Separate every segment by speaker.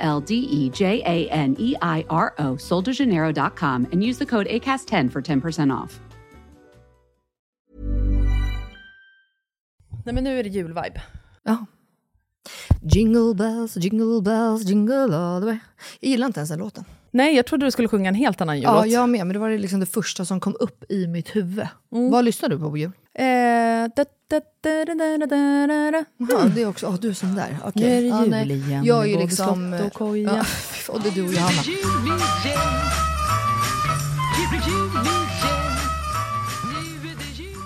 Speaker 1: L D E J A N E I R O, soldejaneiro.com, and use the code ACAST10 for 10% off.
Speaker 2: Nej men nu är det julvibe.
Speaker 3: Ja. Jingle bells, jingle bells, jingle all the way. Jag gillar inte ens den låten.
Speaker 2: Nej, jag trodde du skulle sjunga en helt annan jullåt.
Speaker 3: Ja, jag med, men det var det liksom det första som kom upp i mitt huvud.
Speaker 2: Mm.
Speaker 3: Vad lyssnar du på på jul?
Speaker 2: Eh, da, da, da, da, da, da, da, da.
Speaker 3: Ja, det är också, ja, du som där. Okej.
Speaker 2: Mm. Nu är det
Speaker 3: ja,
Speaker 2: jul
Speaker 3: nej.
Speaker 2: igen,
Speaker 3: Jag är ju
Speaker 2: både
Speaker 3: liksom...
Speaker 2: slott och koja.
Speaker 3: Ja, fy fan, och det är du och Johanna.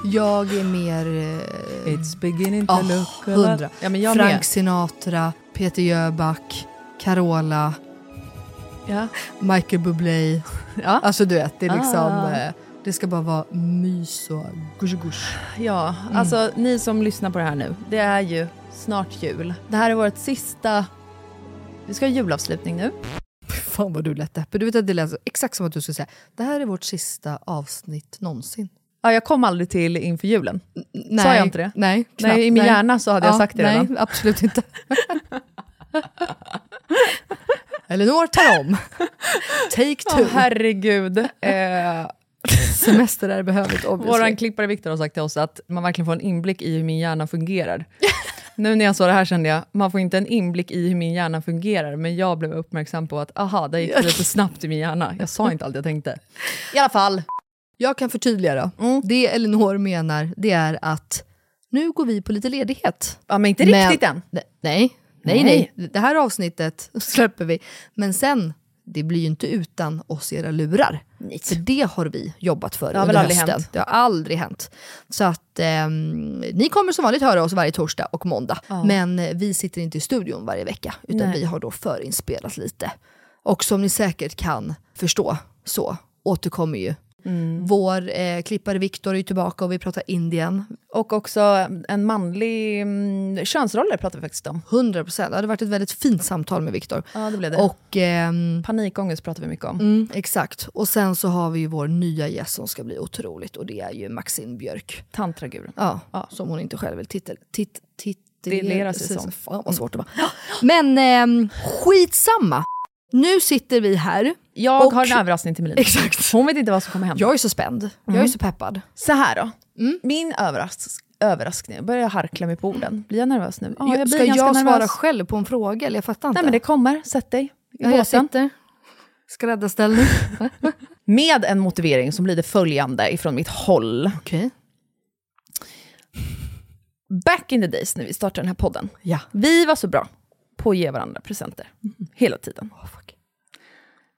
Speaker 3: Jag är mer... eh,
Speaker 2: It's beginning to
Speaker 3: Ja,
Speaker 2: look a lot-
Speaker 3: hundra.
Speaker 2: Ja, men jag
Speaker 3: Frank Sinatra, Peter Jöback, Carola,
Speaker 2: med. Ja.
Speaker 3: Michael Bublé.
Speaker 2: Ja.
Speaker 3: Alltså du vet, det är liksom...
Speaker 2: Ah.
Speaker 3: eh, Det ska bara vara mys och gush-gush.
Speaker 2: Ja, alltså ni som lyssnar på det här nu, det är ju snart jul. Det här är vårt sista... Vi ska ha julavslutning nu.
Speaker 3: Fan vad du lät deppig. Du vet att det lät så- exakt som att du skulle säga det här är vårt sista avsnitt någonsin.
Speaker 2: Ja, jag kom aldrig till inför julen.
Speaker 3: Nej,
Speaker 2: jag inte det?
Speaker 3: Nej, knappt,
Speaker 2: Nej, i min hjärna så hade jag sagt det
Speaker 3: nej,
Speaker 2: redan.
Speaker 3: absolut inte. Elinor tar om. Take
Speaker 2: Åh,
Speaker 3: two.
Speaker 2: herregud. Eh,
Speaker 3: Semester är behövligt
Speaker 2: Vår
Speaker 3: obviously.
Speaker 2: klippare Viktor har sagt till oss att man verkligen får en inblick i hur min hjärna fungerar. nu när jag såg det här kände jag, man får inte en inblick i hur min hjärna fungerar, men jag blev uppmärksam på att aha, där gick det lite snabbt i min hjärna. Jag sa inte allt jag tänkte.
Speaker 3: I alla fall, jag kan förtydliga då.
Speaker 2: Mm.
Speaker 3: Det Elinor menar det är att nu går vi på lite ledighet.
Speaker 2: Ja, men inte
Speaker 3: Men-
Speaker 2: riktigt än.
Speaker 3: Nej, nej, nej, nej. Det här avsnittet släpper vi. Men sen, det blir ju inte utan oss era lurar. För det har vi jobbat för
Speaker 2: Det har
Speaker 3: under
Speaker 2: väl aldrig
Speaker 3: hösten.
Speaker 2: hänt.
Speaker 3: Det har aldrig hänt. Så att ehm, ni kommer som vanligt höra oss varje torsdag och måndag. Men eh, vi sitter inte i studion varje vecka, utan
Speaker 2: Nej.
Speaker 3: vi har då förinspelat lite. Och som ni säkert kan förstå så återkommer ju
Speaker 2: Mm.
Speaker 3: vår eh, klippare Viktor är ju tillbaka och vi pratar Indien.
Speaker 2: Och också en manlig... Mm, könsroller pratar vi faktiskt om.
Speaker 3: 100 procent. Det hade varit ett väldigt fint samtal med Viktor.
Speaker 2: Ja, det blev det. Och
Speaker 3: Och ehm,
Speaker 2: panikångest pratar vi mycket om.
Speaker 3: Mm, exakt. Och sen så har vi ju vår nya gäst som ska bli otroligt och det är ju Maxine Björk.
Speaker 2: Tantraguren.
Speaker 3: Ja,
Speaker 2: Ja.
Speaker 3: som hon inte själv vill titel, tit, tit,
Speaker 2: Titulera sig som.
Speaker 3: Fan vad svårt det var. Men ehm, skitsamma. Nu sitter vi här.
Speaker 2: Jag
Speaker 3: Och-
Speaker 2: har en överraskning till Melina.
Speaker 3: Exakt.
Speaker 2: Hon vet inte vad som kommer hända.
Speaker 3: Jag är så spänd.
Speaker 2: Mm.
Speaker 3: Jag är så peppad.
Speaker 2: Så här då. Min överras- överraskning. Jag börjar harkla mig på orden. Blir jag nervös nu? Ja, jag blir
Speaker 3: ska
Speaker 2: ganska
Speaker 3: jag
Speaker 2: nervös.
Speaker 3: svara själv på en fråga? Eller jag fattar inte.
Speaker 2: Nej, men det kommer. Sätt dig i
Speaker 3: ja, jag
Speaker 2: båten.
Speaker 3: sitter. Skräddarställning.
Speaker 2: Med en motivering som lyder följande ifrån mitt håll.
Speaker 3: Okej.
Speaker 2: Back in the days när vi startade den här podden.
Speaker 3: Ja.
Speaker 2: Vi var så bra på att ge varandra presenter. Hela tiden.
Speaker 3: fuck.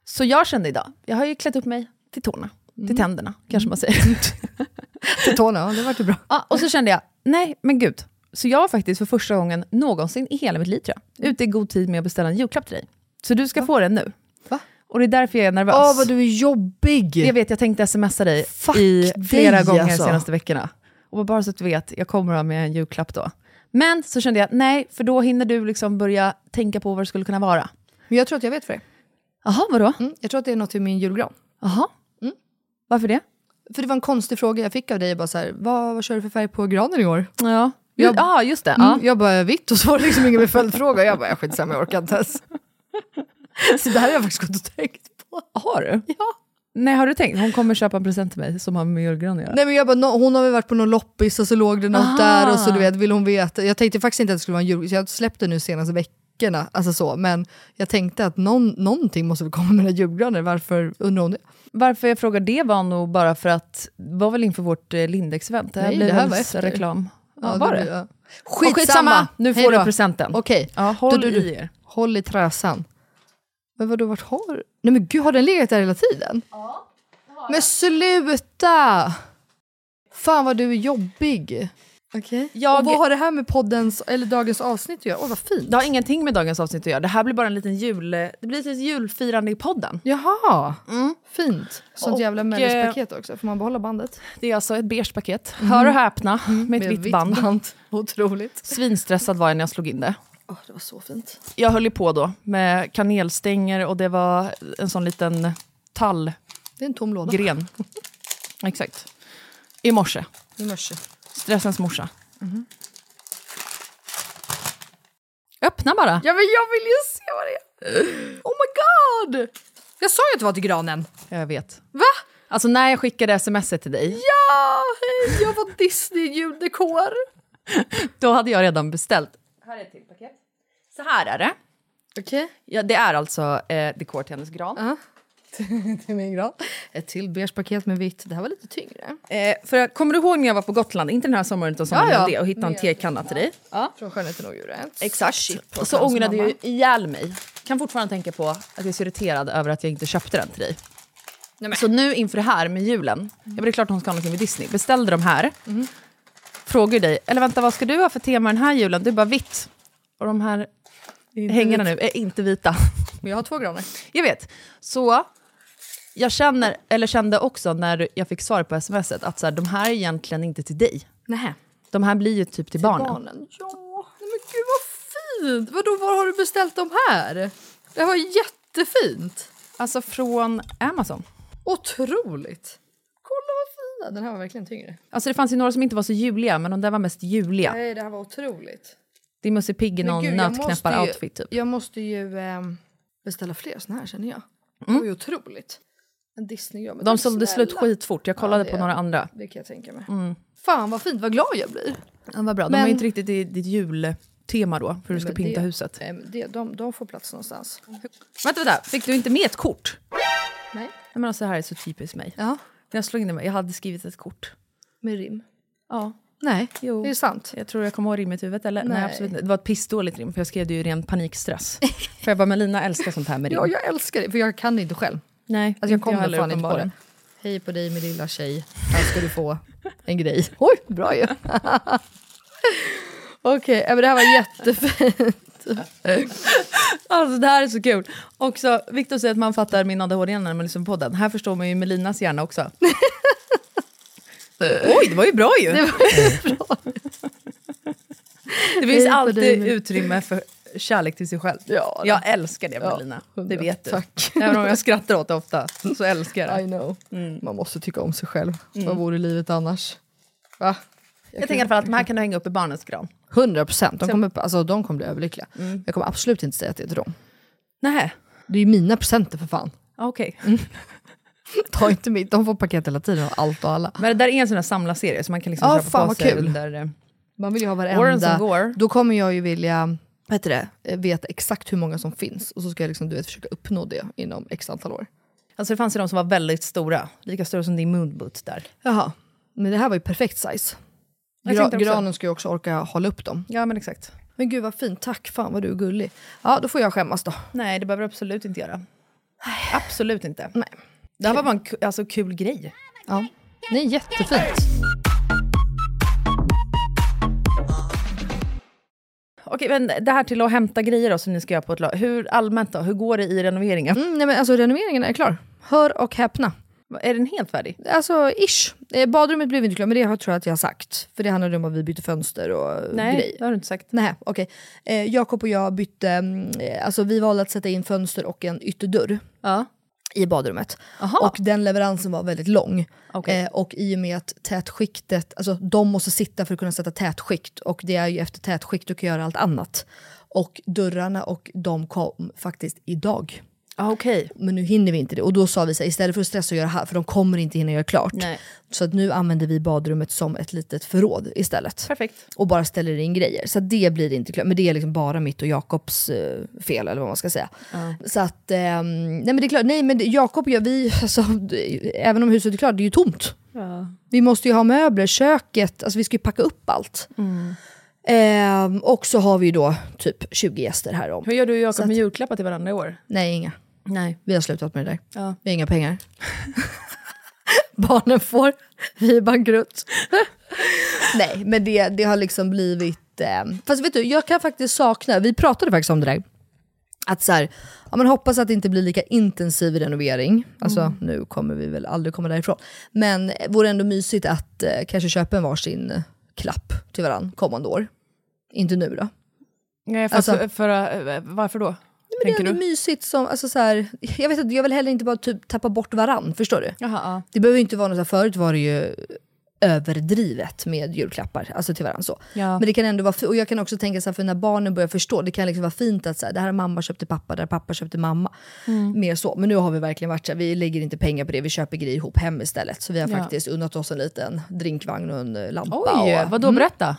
Speaker 2: Så jag kände idag, jag har ju klätt upp mig till tårna. Till tänderna, kanske man säger.
Speaker 3: Till tårna, ja, det vart ju bra.
Speaker 2: Ja, och så kände jag, nej men gud. Så jag var faktiskt för första gången någonsin i hela mitt liv, tror jag, ute i god tid med att beställa en julklapp till dig. Så du ska få den nu.
Speaker 3: Va?
Speaker 2: Och det är därför jag är nervös.
Speaker 3: Åh, vad du är jobbig!
Speaker 2: Jag vet, jag tänkte smsa dig
Speaker 3: Fuck
Speaker 2: i flera
Speaker 3: dig,
Speaker 2: gånger
Speaker 3: alltså.
Speaker 2: senaste veckorna. Och bara så att du vet, jag kommer ha med en julklapp då. Men så kände jag, nej, för då hinner du liksom börja tänka på vad det skulle kunna vara.
Speaker 3: Men jag tror att jag vet för det.
Speaker 2: Jaha, vadå?
Speaker 3: Mm, jag tror att det är något i min julgran.
Speaker 2: Jaha.
Speaker 3: Mm.
Speaker 2: Varför det?
Speaker 3: För det var en konstig fråga jag fick av dig, bara så här, vad, vad kör du för färg på granen i år?
Speaker 2: Ja,
Speaker 3: Jag-
Speaker 2: ja just det.
Speaker 3: Mm, Jag bara, vitt, och så var det liksom ingen mer följdfråga. Jag bara, jag skitsamma, jag orkar inte ens. Så det här har jag faktiskt gått och tänkt på.
Speaker 2: Ja. Har du?
Speaker 3: Ja.
Speaker 2: Nej, har du tänkt? Hon kommer köpa en present till mig som har med julgran att göra.
Speaker 3: Nej men jag bara, nå- hon har väl varit på någon loppis och så låg det något
Speaker 2: Aha.
Speaker 3: där och så du vet, vill hon veta. Jag tänkte faktiskt inte att det skulle vara en jul, så jag släppte nu senaste veckorna, alltså så. Men jag tänkte att någon, någonting måste väl komma med den här julgranen, varför undrar hon det?
Speaker 2: Varför jag frågar det var nog bara för att, det var väl inför vårt eh, Lindex-event? Det här
Speaker 3: Nej,
Speaker 2: blir
Speaker 3: det här
Speaker 2: väl
Speaker 3: var efter.
Speaker 2: reklam. Ja,
Speaker 3: Ja,
Speaker 2: var det?
Speaker 3: blir- ja.
Speaker 2: Och
Speaker 3: Skitsamma!
Speaker 2: Nu
Speaker 3: Hej
Speaker 2: får du
Speaker 3: då.
Speaker 2: presenten.
Speaker 3: Okej.
Speaker 2: Ja, håll
Speaker 3: Du, du, du.
Speaker 2: i er.
Speaker 3: Håll i träsan. Men vadå, vart har Nej men gud, har den legat där hela tiden? Ja. Men sluta! Fan vad du är jobbig. Okej.
Speaker 2: Jag-
Speaker 3: Och vad har det här med poddens, eller dagens avsnitt att göra? Åh, vad fint.
Speaker 2: Det har ingenting med dagens avsnitt att göra. Det här blir bara en liten jul... Det blir ett litet julfirande i podden.
Speaker 3: Jaha, fint. Sånt
Speaker 2: Och,
Speaker 3: jävla människopaket också. Får man behålla bandet?
Speaker 2: Det är alltså ett beige paket. Hör och häpna, Mm. med ett
Speaker 3: Med
Speaker 2: vitt
Speaker 3: vitt
Speaker 2: band.
Speaker 3: Otroligt.
Speaker 2: Svinstressad var jag när jag slog in det.
Speaker 3: Åh, det var så fint.
Speaker 2: Jag höll ju på då med kanelstänger och det var en sån liten tallgren.
Speaker 3: Det är en tom låda.
Speaker 2: Exakt. I morse.
Speaker 3: I morse.
Speaker 2: Stressens morsa. Mm-hmm. Öppna bara.
Speaker 3: Ja, men jag vill ju se vad det är. Oh my god! Jag sa ju att det var till granen.
Speaker 2: Jag vet.
Speaker 3: Va?
Speaker 2: Alltså när jag skickade sms till dig,
Speaker 3: Ja, hej, jag var Disney-juldekor.
Speaker 2: då hade jag redan beställt. Här är ett till paket. Så här är det.
Speaker 3: Okej. Okay.
Speaker 2: Ja, det är alltså eh, dekor till hennes gran.
Speaker 3: det är min gran. Ett till beige paket med vitt. Det här var lite tyngre.
Speaker 2: Eh, för jag, kommer du ihåg när jag var på Gotland, inte den här sommaren utan sommaren
Speaker 3: Ja, ja.
Speaker 2: innan det, och hittade en tekanna till dig? Ja.
Speaker 3: Från Skönheten och odjuret.
Speaker 2: Exakt. Och så
Speaker 3: Hans
Speaker 2: ångrade jag
Speaker 3: mamma.
Speaker 2: ju ihjäl mig. Kan fortfarande tänka på att jag är så irriterad över att jag inte köpte den till dig.
Speaker 3: Nej, men.
Speaker 2: Så nu inför det här med julen, ja, men det är klart hon ska ha någonting med Disney. Beställde de här, frågar ju dig, eller vänta vad ska du ha för tema den här julen? Du bara vitt. Och de här hängarna nu är inte vita.
Speaker 3: Men jag har två granar.
Speaker 2: Jag vet. Så jag känner, eller kände också när jag fick svar på smset att så här, de här är egentligen inte till dig.
Speaker 3: Nej.
Speaker 2: De här blir ju typ till, barnen.
Speaker 3: Barnen. Ja. Nej, men gud vad fint! Vadå, var har du beställt dem här? Det här var jättefint.
Speaker 2: Alltså från Amazon.
Speaker 3: Otroligt. Kolla vad fina. Den här var verkligen tyngre.
Speaker 2: Alltså det fanns ju några som inte var så juliga, men de där var mest juliga.
Speaker 3: Nej, det här var otroligt.
Speaker 2: Det är Musse Pigg i
Speaker 3: Men
Speaker 2: någon
Speaker 3: gud, jag måste ju-
Speaker 2: nötknäppar-outfit typ.
Speaker 3: Jag måste ju ehm, beställa fler såna här känner jag. Det var ju otroligt. En disney ja, men
Speaker 2: Mm. De
Speaker 3: tack
Speaker 2: sålde
Speaker 3: snälla.
Speaker 2: slut skitfort, jag kollade
Speaker 3: det-
Speaker 2: på några andra.
Speaker 3: Det kan jag tänka mig. Fan vad fint, vad glad jag blir.
Speaker 2: De var Mm. bra, de
Speaker 3: Men-
Speaker 2: var ju inte riktigt i ditt jultema då, för hur du ska
Speaker 3: men
Speaker 2: pynta
Speaker 3: det-
Speaker 2: huset.
Speaker 3: Eh, men Det, de, de får plats någonstans.
Speaker 2: Vänta, vänta, fick du inte med ett kort? Nej
Speaker 3: Nej.
Speaker 2: men alltså det här är så typiskt mig.
Speaker 3: Ja,
Speaker 2: När jag slog in det, jag hade skrivit ett kort.
Speaker 3: med rim.
Speaker 2: Ja,
Speaker 3: Nej,
Speaker 2: jo.
Speaker 3: det är sant.
Speaker 2: Jag tror jag kommer ihåg rimmet i huvudet. Eller? Nej.
Speaker 3: Nej,
Speaker 2: absolut inte. Det var ett pissdåligt rim, för jag skrev det ju i ren panikstress. för jag bara, men Lina älskar sånt här med rim.
Speaker 3: Ja, jag älskar det, för jag kan det inte själv.
Speaker 2: Nej,
Speaker 3: Alltså, jag
Speaker 2: inte
Speaker 3: kommer
Speaker 2: heller,
Speaker 3: fan inte på
Speaker 2: uppenbarligen.
Speaker 3: det. Hej på dig min lilla tjej, här ska du få en grej. Oj, bra ju! Okej, okay, men det här var jättefint.
Speaker 2: Alltså det här är så kul. Också, Victor säger att man fattar min ADHD när man lyssnar på den. Här förstår man ju Melinas hjärna också. Oj, det var ju bra ju! Det, finns
Speaker 3: Hej på
Speaker 2: alltid
Speaker 3: dig, Mel-
Speaker 2: utrymme för kärlek till sig själv.
Speaker 3: Ja, det-
Speaker 2: jag älskar det Melina, det
Speaker 3: hundra.
Speaker 2: vet du.
Speaker 3: Tack.
Speaker 2: Även om jag skrattar åt det ofta, så älskar jag
Speaker 3: I
Speaker 2: det.
Speaker 3: know. Man måste tycka om sig själv.
Speaker 2: Mm.
Speaker 3: Vad vore livet annars? Va?
Speaker 2: Jag tänker i alla fall att de här kan du hänga upp i barnens gran.
Speaker 3: 100 procent. De, kommer- alltså, de kommer bli överlyckliga.
Speaker 2: Mm.
Speaker 3: Jag kommer absolut inte säga att det är till dem.
Speaker 2: Nej,
Speaker 3: Det är ju mina presenter för fan.
Speaker 2: ah, okej.
Speaker 3: Ta inte mitt. De får paket hela tiden av allt och alla.
Speaker 2: Men det där är en sån där samlarserie som man kan liksom
Speaker 3: Ja,
Speaker 2: köpa
Speaker 3: fan,
Speaker 2: på
Speaker 3: vad
Speaker 2: sig
Speaker 3: kul.
Speaker 2: under... eh,
Speaker 3: Man vill ju ha
Speaker 2: Warrens and
Speaker 3: varenda.
Speaker 2: Gore.
Speaker 3: Då kommer jag ju vilja vad heter det, eh, veta exakt hur många som finns. Och så ska jag liksom, du vet, försöka uppnå det inom x antal år.
Speaker 2: Alltså det fanns ju de som var väldigt stora, lika stora som din moonboot där.
Speaker 3: Jaha. Men det här var ju perfekt size.
Speaker 2: Jag
Speaker 3: Gra-
Speaker 2: tänkte också.
Speaker 3: granen ska ju också orka hålla upp dem.
Speaker 2: Ja men exakt.
Speaker 3: Men gud vad fint, tack fan vad du är gullig. Ja, då får jag skämmas då.
Speaker 2: Nej, det behöver du absolut inte göra. Absolut inte. Nej. Det här var bara en ku- alltså, kul grej.
Speaker 3: Ja. Nej, jättefint.
Speaker 2: Okej, men det här till att hämta grejer då, som ni ska göra på ett lag. Hur allmänt då? Hur går det i renoveringen?
Speaker 3: Mm, nej men alltså renoveringen är klar. Hör och häpna.
Speaker 2: Är den helt färdig?
Speaker 3: Alltså ish. Eh, Badrummet blev inte klart, men det har- tror jag att jag har sagt. För det handlade om att vi bytte fönster och
Speaker 2: Nej,
Speaker 3: grejer.
Speaker 2: det har du inte sagt.
Speaker 3: Nej, okej. Eh, Jakob och jag bytte, mm, eh, alltså vi valde att sätta in fönster och en ytterdörr
Speaker 2: Ja.
Speaker 3: i badrummet.
Speaker 2: Aha.
Speaker 3: Och den leveransen var väldigt lång.
Speaker 2: Okej.
Speaker 3: Eh, och i och med att tätskiktet, alltså de måste sitta för att kunna sätta tätskikt och det är ju efter tätskikt du kan göra allt annat. Och dörrarna och de kom faktiskt idag.
Speaker 2: Ah, Okej.
Speaker 3: Men nu hinner vi inte det. Och då sa vi så här, istället för att stressa och göra här, för de kommer inte hinna göra klart.
Speaker 2: Nej.
Speaker 3: Så att nu använder vi badrummet som ett litet förråd istället
Speaker 2: Perfekt.
Speaker 3: och bara ställer in grejer. Så att det blir inte klart. Men det är liksom bara mitt och Jakobs eh, fel eller vad man ska säga. Så att, ehm, nej men det är klart, nej men det- Jakob och jag, vi, alltså, d- även om huset är klart, det är ju tomt. Vi måste ju ha möbler, köket, alltså vi ska ju packa upp allt.
Speaker 2: Mm.
Speaker 3: Ehm, och så har vi ju då typ 20 gäster här om.
Speaker 2: Hur gör du och Jakob med julklappar till varandra i år?
Speaker 3: Nej, inga.
Speaker 2: Nej.
Speaker 3: Vi har slutat med det där.
Speaker 2: Ja.
Speaker 3: Vi har inga pengar. Barnen får, vi är bankrutt. Nej, men det, det har liksom blivit... Eh, fast vet du, jag kan faktiskt sakna, vi pratade faktiskt om det där, att så här, ja, man hoppas att det inte blir lika intensiv renovering. Alltså
Speaker 2: Mm.
Speaker 3: nu kommer vi väl aldrig komma därifrån. Men vore ändå mysigt att eh, kanske köpa en varsin klapp till varandra kommande år. Inte nu då.
Speaker 2: Nej, fast
Speaker 3: Alltså-
Speaker 2: Eh, för, för, eh, varför då?
Speaker 3: Men det
Speaker 2: tänker
Speaker 3: är
Speaker 2: du?
Speaker 3: ändå mysigt som, alltså så här, jag vet inte, jag vill heller inte bara typ tappa bort varann, förstår du?
Speaker 2: Jaha, ja.
Speaker 3: Det behöver ju inte vara något, så här, förut var det ju överdrivet med julklappar, alltså till varandra så.
Speaker 2: Ja.
Speaker 3: Men det kan ändå vara, fi- och jag kan också tänka så här, för när barnen börjar förstå, det kan liksom vara fint att så här, det här har mamma köpt till pappa, det här har pappa köpt till mamma.
Speaker 2: Mm.
Speaker 3: Mer så, men nu har vi verkligen varit så här, vi lägger inte pengar på det, vi köper grejer ihop hem istället. Så vi har
Speaker 2: Ja.
Speaker 3: faktiskt unnat oss en liten drinkvagn och en eh, lampa.
Speaker 2: Oj,
Speaker 3: och, Mm.
Speaker 2: vadå, berätta.
Speaker 3: Eh,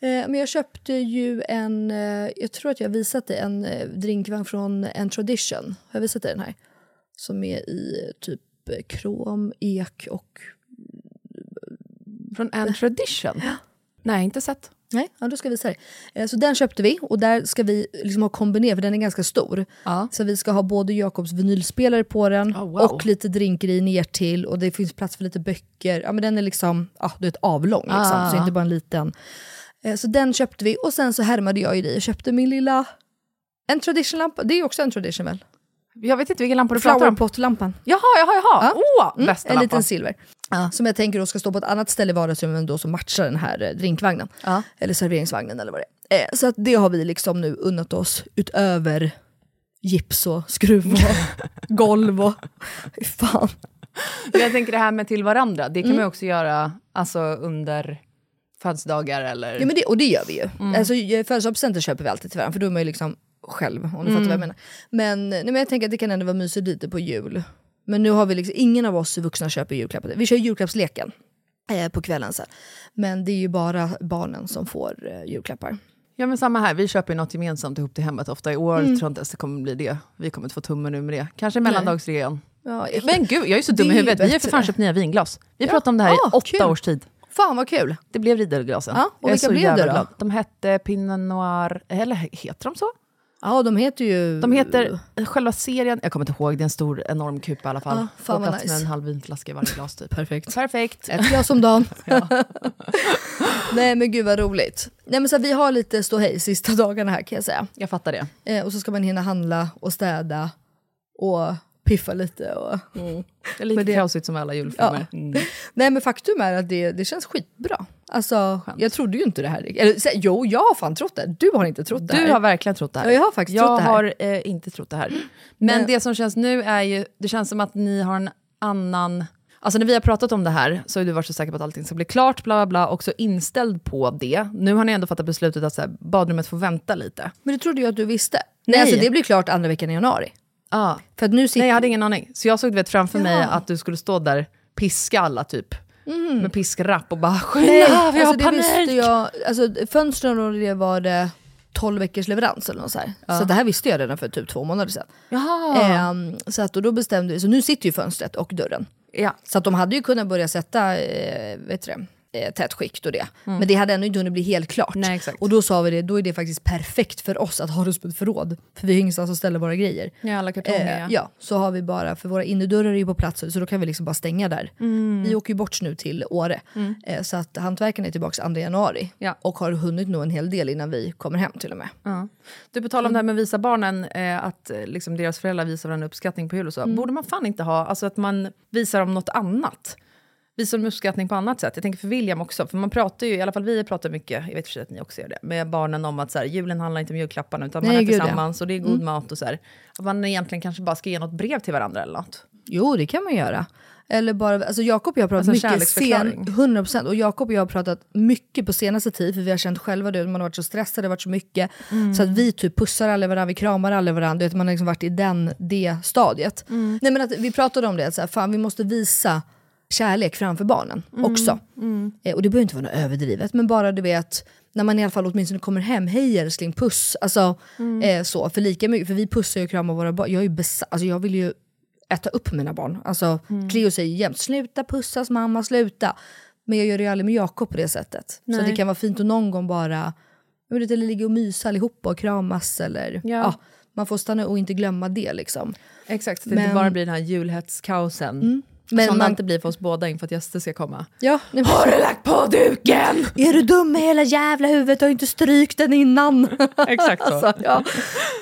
Speaker 3: Men jag köpte ju en, eh, jag tror att jag har visat dig en eh, drinkvagn från eh, en tradition. Har jag visat dig den här? Som är i eh, typ eh, krom, ek och...
Speaker 2: Från en tradition? Nej, inte sett.
Speaker 3: Nej, ja, då ska jag visa dig. Eh, Så den köpte vi och där ska vi liksom ha kombinerat, för den är ganska stor.
Speaker 2: Ja.
Speaker 3: Så vi ska ha både Jakobs vinylspelare på den
Speaker 2: Oh, wow.
Speaker 3: och lite drinkgrejer ner till och det finns plats för lite böcker. Ja, men den är liksom, ja, du vet, avlång liksom,
Speaker 2: Ah.
Speaker 3: så inte bara en liten. Eh, Så den köpte vi och sen så härmade jag ju dig och köpte min lilla en tradition-lampa, det är också en tradition väl?
Speaker 2: Jag vet inte vilken lampa du pratar om.
Speaker 3: Flowerpot-lampan.
Speaker 2: Jaha, jaha, jaha. Åh,
Speaker 3: Mm,
Speaker 2: bästa
Speaker 3: en
Speaker 2: lampa.
Speaker 3: liten silver. Som jag tänker då ska stå på ett annat ställe i vardagsrummet då som matchar den här eh, drinkvagnen.
Speaker 2: Ja.
Speaker 3: Eller serveringsvagnen eller vad det är. Eh, så att det har vi liksom nu unnat oss utöver gips och skruv och golv och... Fy Fan.
Speaker 2: Men jag tänker det här med till varandra, det
Speaker 3: Mm.
Speaker 2: kan man ju också göra alltså, under födelsedagar eller...
Speaker 3: Ja, men det, och det gör vi ju. Alltså, i Födelsedagspresenter köper vi alltid till varandra för då är man ju liksom själv om du fattar vad jag menar. Men, nej, men jag tänker att det kan ändå vara mysigt lite på jul. Men nu har vi liksom, ingen av oss vuxna köper julklappar. Vi kör julklappsleken eh, på kvällen sen. Men det är ju bara barnen som får eh, julklappar.
Speaker 2: Ja, men samma här. Vi köper ju något gemensamt ihop till hemmet ofta. I år
Speaker 3: Mm.
Speaker 2: tror jag inte ens det kommer bli det. Vi kommer inte få tummen ur med det. Kanske mellandagsrean.
Speaker 3: Ja,
Speaker 2: Men gud, jag är så dum
Speaker 3: Det
Speaker 2: i
Speaker 3: är
Speaker 2: huvudet. Vi har för
Speaker 3: bättre.
Speaker 2: fan köpt nya vinglas. Vi pratade om det här
Speaker 3: Ah,
Speaker 2: i åtta
Speaker 3: kul.
Speaker 2: års tid.
Speaker 3: Fan vad kul!
Speaker 2: Det blev Riedelglasen.
Speaker 3: Ja,
Speaker 2: Jag
Speaker 3: och
Speaker 2: är
Speaker 3: vilka
Speaker 2: så
Speaker 3: blev
Speaker 2: jävla
Speaker 3: det då?
Speaker 2: De hette Pinot Noir, eller heter de så?
Speaker 3: Ja, de heter ju...
Speaker 2: De heter,
Speaker 3: Uh.
Speaker 2: själva serien, jag kommer inte ihåg, det är en stor enorm kupa i alla fall.
Speaker 3: Ja, Ah, fan
Speaker 2: Får
Speaker 3: vad
Speaker 2: plats med
Speaker 3: nice.
Speaker 2: en halv vinflaska i varje glas typ.
Speaker 3: Perfekt.
Speaker 2: Perfekt.
Speaker 3: Ett glas om dagen. Nej men gud vad roligt. Nej, men så här, vi har lite ståhej sista dagarna här kan jag säga.
Speaker 2: Jag fattar det.
Speaker 3: Eh, och så ska man hinna handla och städa och piffa lite. Och...
Speaker 2: Det är lite
Speaker 3: Men det-
Speaker 2: kaosigt som alla julfilmer. Mm.
Speaker 3: Nej men faktum är att det, det känns skitbra. Alltså, jag trodde ju inte det här. Eller, så, här, jo, jag har fan trott det. Du har inte trott det här.
Speaker 2: Du har verkligen trott det här.
Speaker 3: Ja, jag har faktiskt
Speaker 2: jag
Speaker 3: trott det här.
Speaker 2: har eh, inte trott det här. Men
Speaker 3: Men-
Speaker 2: det som känns nu är ju, det känns som att ni har en annan... Alltså när vi har pratat om det här så har du varit så säker på att allting ska bli klart, bla bla bla, och så inställd på det. Nu har ni ändå fattat beslutet att så här, badrummet får vänta lite.
Speaker 3: Men det trodde jag att du visste. Nej,
Speaker 2: Nej.
Speaker 3: alltså, det blir klart andra veckan i januari.
Speaker 2: Ah.
Speaker 3: För att nu sitter...
Speaker 2: Nej, jag hade ingen aning. Så jag såg du vet, framför mig att du skulle stå där, piska alla typ. Med piskrapp och bara
Speaker 3: Mm. Nej,
Speaker 2: skynda, vi har
Speaker 3: alltså, det
Speaker 2: panik!
Speaker 3: visste jag. Alltså, fönstren och det var det 12 veckors leverans eller något så här. Så det här visste jag redan för typ två månader sedan.
Speaker 2: Jaha.
Speaker 3: Ehm, så att, och då bestämde vi, så nu sitter ju fönstret och dörren.
Speaker 2: Ja.
Speaker 3: Så att de hade ju kunnat börja sätta eh, vet du det, eh, tätt skikt och det. Men det hade ännu inte hunnit bli helt klart.
Speaker 2: Mm. Nej, exakt.
Speaker 3: Och då sa vi det, då är det faktiskt perfekt för oss att ha det som ett förråd. För vi har ingenstans att ställa våra grejer.
Speaker 2: Ja, alla kartonger
Speaker 3: Eh, ja, så har vi bara, för våra innerdörrar är ju på plats så då kan vi liksom bara stänga där.
Speaker 2: Mm.
Speaker 3: Vi åker ju bort nu till Åre. Eh, så att hantverkarna är tillbaka 2 januari.
Speaker 2: Ja.
Speaker 3: Och har hunnit nog en hel del innan vi kommer hem till och med.
Speaker 2: Ja. Du, på tal
Speaker 3: Mm.
Speaker 2: om det här med visa barnen, eh, att eh, liksom deras föräldrar visar varandra uppskattning på jul och så.
Speaker 3: Mm.
Speaker 2: Borde man fan inte ha, alltså att man visar dem något annat? Visar dem uppskattning på annat sätt. Jag tänker för William också, för man pratar ju, i alla fall vi pratar mycket, jag vet för sig att ni också gör det, med barnen om att så här, julen handlar inte om julklapparna utan man
Speaker 3: Nej,
Speaker 2: är
Speaker 3: gud, ja. Mm.
Speaker 2: tillsammans och det är god mat och så här. Att man egentligen kanske bara ska ge något brev till varandra eller något.
Speaker 3: Jo, det kan man göra. Eller bara, alltså Jakob och jag har pratat
Speaker 2: Alltså en
Speaker 3: mycket sen,
Speaker 2: kärleksförklaring.
Speaker 3: 100% och Jakob och jag har pratat mycket på senaste tid för vi har känt själva det, man har varit så stressad, det har varit så mycket.
Speaker 2: Mm.
Speaker 3: Så att vi typ pussar alla varandra, vi kramar alla varandra, du vet, man har liksom varit i den, det stadiet.
Speaker 2: Mm.
Speaker 3: Nej men att vi pratade om det, att så här, fan vi måste visa kärlek framför barnen
Speaker 2: Mm.
Speaker 3: också. Eh, Och det behöver inte vara något överdrivet, men bara du vet, när man i alla fall åtminstone kommer hem, hej älskling, puss. Alltså,
Speaker 2: Mm.
Speaker 3: eh, så, för lika mycket, för vi pussar ju och kramar våra barn. Jag, är ju besa- alltså, jag vill ju äta upp mina barn. Alltså, Cleo säger jämt “sluta pussas mamma, sluta”. Men jag gör det ju aldrig med Jakob på det sättet. Så det kan vara fint att någon gång bara jag vet, inte, eller ligga och mysa allihopa och kramas. Eller, ja.
Speaker 2: Ja.
Speaker 3: man får stanna och inte glömma det. Liksom.
Speaker 2: Exakt, så att det
Speaker 3: Men-
Speaker 2: inte bara blir den här julhetskaosen.
Speaker 3: Men
Speaker 2: Som det
Speaker 3: man-
Speaker 2: inte blir för oss båda inför att gäster ska komma.
Speaker 3: Ja, nej, men-
Speaker 2: Har du lagt på duken?
Speaker 3: Är du dum i hela jävla huvudet? Har ju inte strykt den innan.
Speaker 2: Exakt så.
Speaker 3: alltså, ja.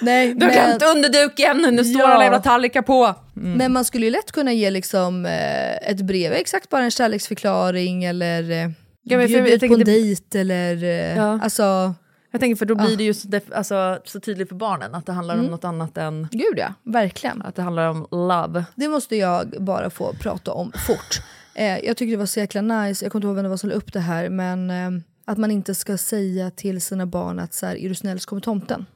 Speaker 3: Nej,
Speaker 2: Du har
Speaker 3: men,
Speaker 2: glömt underduken, nu står
Speaker 3: Ja.
Speaker 2: alla jävla tallrikar på.
Speaker 3: men man skulle ju lätt kunna ge liksom, eh, ett brev, exakt bara en kärleksförklaring eller eh,
Speaker 2: Ja, men för-
Speaker 3: bjud
Speaker 2: jag
Speaker 3: ut på
Speaker 2: tänker
Speaker 3: en
Speaker 2: det-
Speaker 3: dejt eller... Eh,
Speaker 2: Ja.
Speaker 3: Alltså,
Speaker 2: Jag tänker för då blir det ju så, def- alltså, så tydligt för barnen att det handlar om något annat än
Speaker 3: gud ja, verkligen.
Speaker 2: att det handlar om love.
Speaker 3: Det måste jag bara få prata om fort. Eh, jag tycker det var så jäkla nice, jag kommer inte ihåg vem det var som la upp det här, men eh, att man inte ska säga till sina barn att så här, är du snäll så kommer tomten.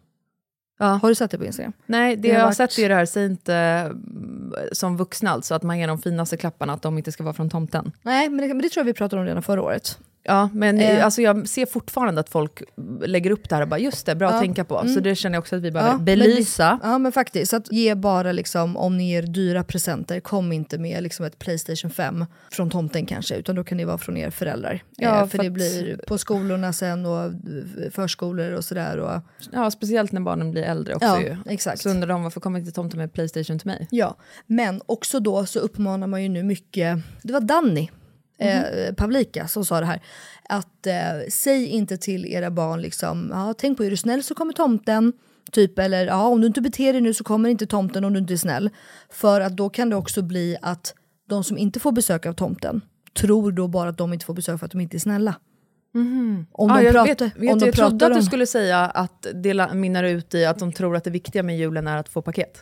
Speaker 2: Ja.
Speaker 3: Har du sett det på Instagram?
Speaker 2: Nej, det
Speaker 3: Det har
Speaker 2: jag har
Speaker 3: varit-
Speaker 2: sett är ju det här, säg inte mm, som vuxna alltså, att man ger de finaste klapparna att de inte ska vara från tomten.
Speaker 3: Nej, men det, men det tror jag vi pratade om redan förra året.
Speaker 2: Ja, men eh,
Speaker 3: Eh.
Speaker 2: alltså, jag ser fortfarande att folk lägger upp det här och bara, just det, bra
Speaker 3: Ja.
Speaker 2: att tänka på. Så Mm. det känner jag också att vi behöver
Speaker 3: Ja, men
Speaker 2: belysa.
Speaker 3: Ja men faktiskt, så att ge bara liksom, om ni ger dyra presenter, kom inte med liksom ett Playstation 5 från tomten kanske, utan då kan det vara från er föräldrar.
Speaker 2: Ja,
Speaker 3: eh, för
Speaker 2: för
Speaker 3: det
Speaker 2: att-
Speaker 3: blir på skolorna sen och eh, förskolor och sådär. Och,
Speaker 2: Ja, speciellt när barnen blir äldre också
Speaker 3: ja,
Speaker 2: ju.
Speaker 3: exakt.
Speaker 2: Så undrar de varför kommer inte tomten med Playstation till mig?
Speaker 3: Ja, men också då så uppmanar man ju nu mycket, det var Danny
Speaker 2: Mhm.
Speaker 3: eh, Pavlika som sa det här, att eh, säg inte till era barn liksom, ja, tänk på är du snäll så kommer tomten, typ eller ja, om du inte beter dig nu så kommer inte tomten om du inte är snäll. För att då kan det också bli att de som inte får besök av tomten tror då bara att de inte får besök för att de inte är snälla. Om
Speaker 2: Mhm. Ja,
Speaker 3: de
Speaker 2: Ah, jag
Speaker 3: pratar,
Speaker 2: vet, vet,
Speaker 3: om de
Speaker 2: jag trodde
Speaker 3: pratar
Speaker 2: att
Speaker 3: om...
Speaker 2: du skulle säga att det la- mynnar ut i att de tror att det viktiga med julen är att få paket.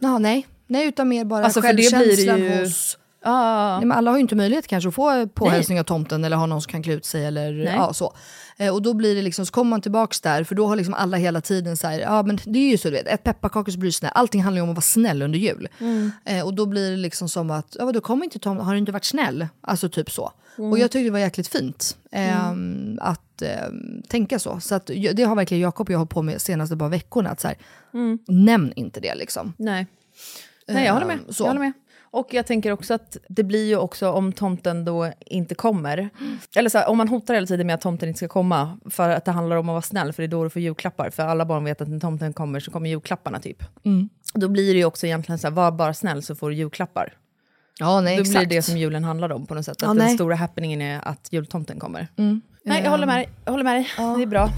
Speaker 3: Ja, nej. nej, utan mer bara
Speaker 2: Alltså, för det blir det
Speaker 3: självkänslan
Speaker 2: ju-
Speaker 3: hos...
Speaker 2: Ah.
Speaker 3: Nej, men alla har ju inte möjlighet kanske att få eh, påhälsning av tomten eller ha någon som kan klä ut sig eller ja, så. Eh, Och då blir det liksom, så kommer man tillbaks där för då har liksom alla hela tiden så här, ja men det är ju så du vet, ett pepparkakor så blir du snäll. Allting handlar ju om att vara snäll under jul.
Speaker 2: Mm.
Speaker 3: Eh, Och då blir det liksom som att, ja då kommer inte tomten, har du inte varit snäll? Alltså typ så.
Speaker 2: Mm.
Speaker 3: Och jag tyckte det var jäkligt fint ehm, att ehm, tänka så. Så att, jag- det har verkligen Jakob och jag hållit på med senaste bara veckorna, att så här,
Speaker 2: Mm.
Speaker 3: nämn inte det liksom.
Speaker 2: Nej. Nej, jag håller med.
Speaker 3: Ehm, så.
Speaker 2: Jag håller med. Eh, Och jag tänker också att det blir ju också om tomten då inte kommer. Eller så här, om man hotar hela tiden med att tomten inte ska komma för att det handlar om att vara snäll för det är då du får julklappar. För alla barn vet att när tomten kommer så kommer julklapparna typ. Då blir det ju också egentligen så här, var bara snäll så får du julklappar.
Speaker 3: Ja, nej,
Speaker 2: Då
Speaker 3: exakt.
Speaker 2: blir det det som julen handlar om på något sätt.
Speaker 3: Ja,
Speaker 2: att
Speaker 3: nej. Mm.
Speaker 2: den stora happeningen är att jultomten kommer. Nej, jag håller med dig. Jag håller med dig. Det är bra.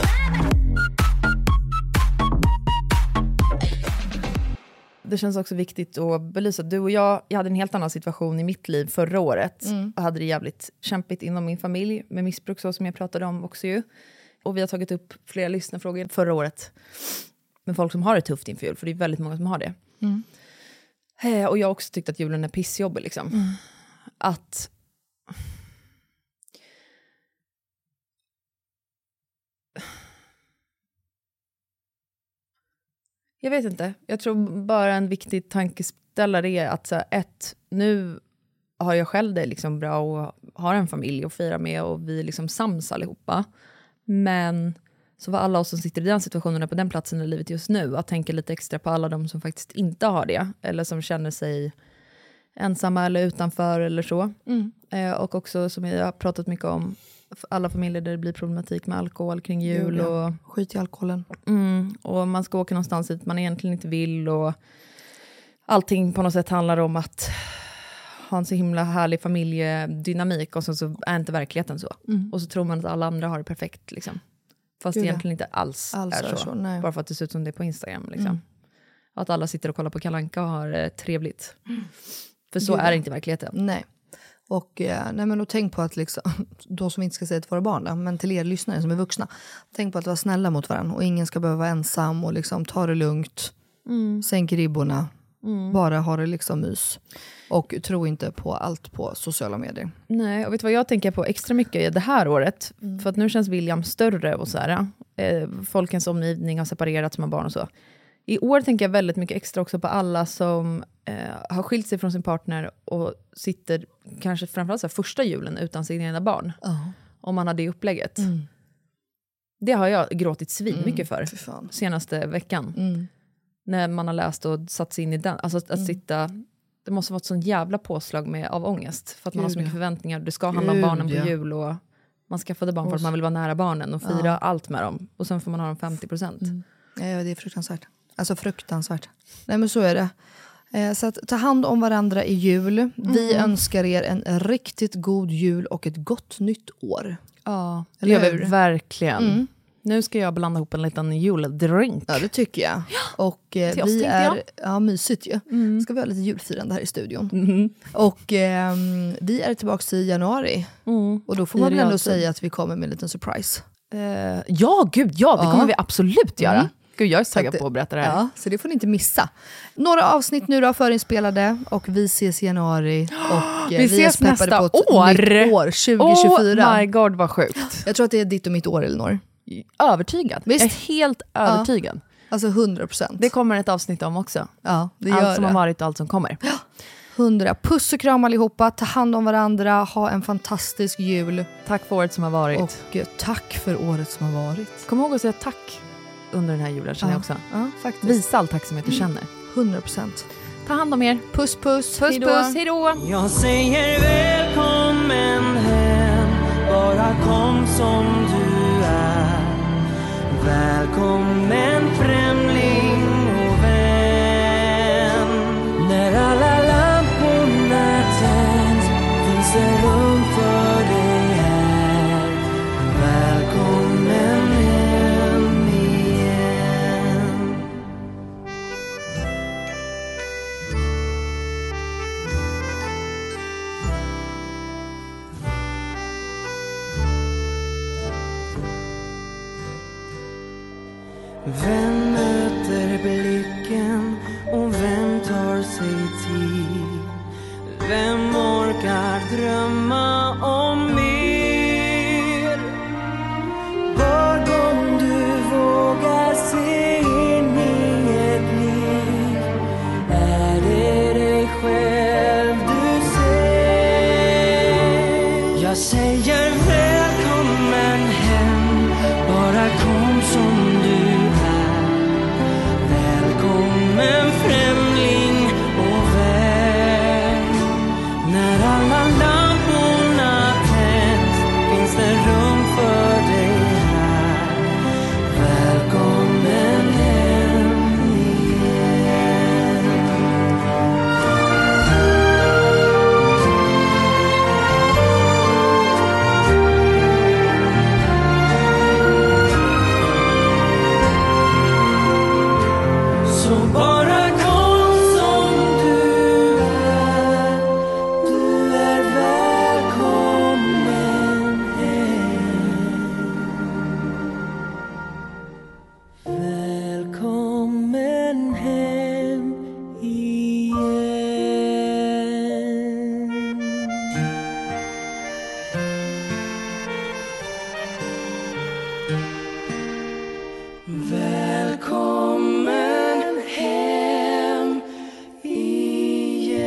Speaker 2: Det känns också viktigt att belysa. Du och jag, jag hade en helt annan situation i mitt liv förra året.
Speaker 3: Mm.
Speaker 2: Jag hade det jävligt kämpigt inom min familj med missbruk så som jag pratade om också ju. Och vi har tagit upp flera lyssnarfrågor förra året med folk som har det tufft inför jul, för det är väldigt många som har det.
Speaker 3: Mm.
Speaker 2: Eh, Och jag har också tyckt att julen är pissjobbig. Liksom. Att... Jag vet inte. Jag tror bara en viktig tankeställare är att så här, ett, nu har jag själv det liksom bra och har en familj att fira med och vi är liksom sams allihopa. Men så var alla oss som sitter i den situationen och på den platsen i livet just nu att tänka lite extra på alla de som faktiskt inte har det eller som känner sig ensamma eller utanför eller så. Eh, och också som jag har pratat mycket om, för alla familjer där det blir problematik med alkohol kring jul och,
Speaker 3: Skit i alkoholen.
Speaker 2: mm, och man ska åka någonstans dit man egentligen inte vill och allting på något sätt handlar om att ha en så himla härlig familjedynamik och sen så är inte verkligheten så. Och så tror man att alla andra har det perfekt liksom. Fast
Speaker 3: Mm. Gud, ja.
Speaker 2: egentligen inte alls,
Speaker 3: Alls
Speaker 2: är så.
Speaker 3: nej. Mm.
Speaker 2: Bara för att det ser ut som det är på Instagram. Liksom. Att alla sitter och kollar på Kalanka och har eh, trevligt. För så
Speaker 3: Mm.
Speaker 2: är
Speaker 3: Gud, ja.
Speaker 2: det inte i verkligheten.
Speaker 3: Nej. Och, eh, nej men och tänk på att, liksom, de som inte ska säga till våra barn, då, men till er lyssnare som är vuxna, tänk på att vara snälla mot varandra och ingen ska behöva vara ensam och liksom, ta det lugnt, sänk ribborna, bara ha det liksom mys. Och tro inte på allt på sociala medier.
Speaker 2: Nej, och vet du vad jag tänker på extra mycket i det här året? För att nu känns William större och så här. Eh, folkens omgivning har separerats med barn och så. I år tänker jag väldigt mycket extra också på alla som eh, har skilt sig från sin partner och sitter kanske framförallt så här, första julen utan sina egna barn. Om man har det upplägget. Det har jag gråtit svinmycket mycket för.
Speaker 3: Fy fan.
Speaker 2: senaste veckan.
Speaker 3: Mm.
Speaker 2: När man har läst och satt sig in i den. Alltså att sitta... Det måste vara ett sån jävla påslag med, av ångest. För att man har så
Speaker 3: Gud,
Speaker 2: mycket förväntningar. Det ska handla om
Speaker 3: Gud,
Speaker 2: barnen på
Speaker 3: ja.
Speaker 2: jul. och Man skaffade barn för att man vill vara nära barnen och fira allt med dem. Och sen får man ha dem 50 procent.
Speaker 3: Ja, ja, det är fruktansvärt. Alltså fruktansvärt. Nej men så är det. Eh, Så att, ta hand om varandra i jul. Vi önskar er en riktigt god jul och ett gott nytt år.
Speaker 2: Ja, Mm. det
Speaker 3: Eller
Speaker 2: gör vi
Speaker 3: hur?
Speaker 2: verkligen. Nu ska jag blanda ihop en liten juldrink.
Speaker 3: Ja, det tycker jag. Och eh,
Speaker 2: Till oss
Speaker 3: vi
Speaker 2: tänkte
Speaker 3: är...
Speaker 2: jag. Mm.
Speaker 3: Ja, mysigt ju. ska vi ha lite julfirande här i studion.
Speaker 2: Mm-hmm.
Speaker 3: Och ehm, vi är tillbaka i januari. Och då får
Speaker 2: I
Speaker 3: man väl ändå
Speaker 2: realtid.
Speaker 3: säga att vi kommer med en liten surprise.
Speaker 2: Eh, ja, gud ja, det
Speaker 3: Ja.
Speaker 2: kommer vi absolut göra.
Speaker 3: Mm.
Speaker 2: Gud, jag är så
Speaker 3: Så att
Speaker 2: taggad
Speaker 3: det-
Speaker 2: på att berätta det här.
Speaker 3: Ja, så det får ni inte missa. Några avsnitt nu då, förinspelade. Och vi ses i januari. Och eh,
Speaker 2: Vi
Speaker 3: är
Speaker 2: ses
Speaker 3: peppade
Speaker 2: nästa
Speaker 3: på ett
Speaker 2: år.
Speaker 3: Nytt år 2024.
Speaker 2: Oh my god vad sjukt.
Speaker 3: jag tror att det är ditt och mitt år, Elinor.
Speaker 2: Övertygad.
Speaker 3: Visst.
Speaker 2: Jag är helt övertygad.
Speaker 3: Alltså 100 procent.
Speaker 2: Det kommer ett avsnitt om också.
Speaker 3: Ja, det gör
Speaker 2: Allt som
Speaker 3: det.
Speaker 2: har varit och allt som kommer.
Speaker 3: 100. Puss och kram allihopa. Ta hand om varandra. Ha en fantastisk jul.
Speaker 2: Tack för året som har varit.
Speaker 3: Och eh, tack för året som har varit.
Speaker 2: Kom ihåg att säga tack under den här julen känner jag också.
Speaker 3: Ja, faktiskt.
Speaker 2: Visa all tacksamhet du känner.
Speaker 3: 100 procent.
Speaker 2: Ta hand om er.
Speaker 3: Puss, puss.
Speaker 2: Puss puss, hejdå!
Speaker 4: Jag säger välkommen hem Bara kom som du är Välkommen främling och vän När alla lamporna tänds Finns det rum för dig här Välkommen hem igen Vem möter blicken och vem tar sig tid? Vem orkar drömma om mer? Bakom du vågar se in i ett liv är det dig själv du ser? Jag säger välkommen hem Bara kom som du är Välkommen främling och vän När alla lamporna tänds finns det rum för dig här Välkommen hem igen Så bara kom som du är Du är välkommen hem Välkommen hem igen Välkommen hem igen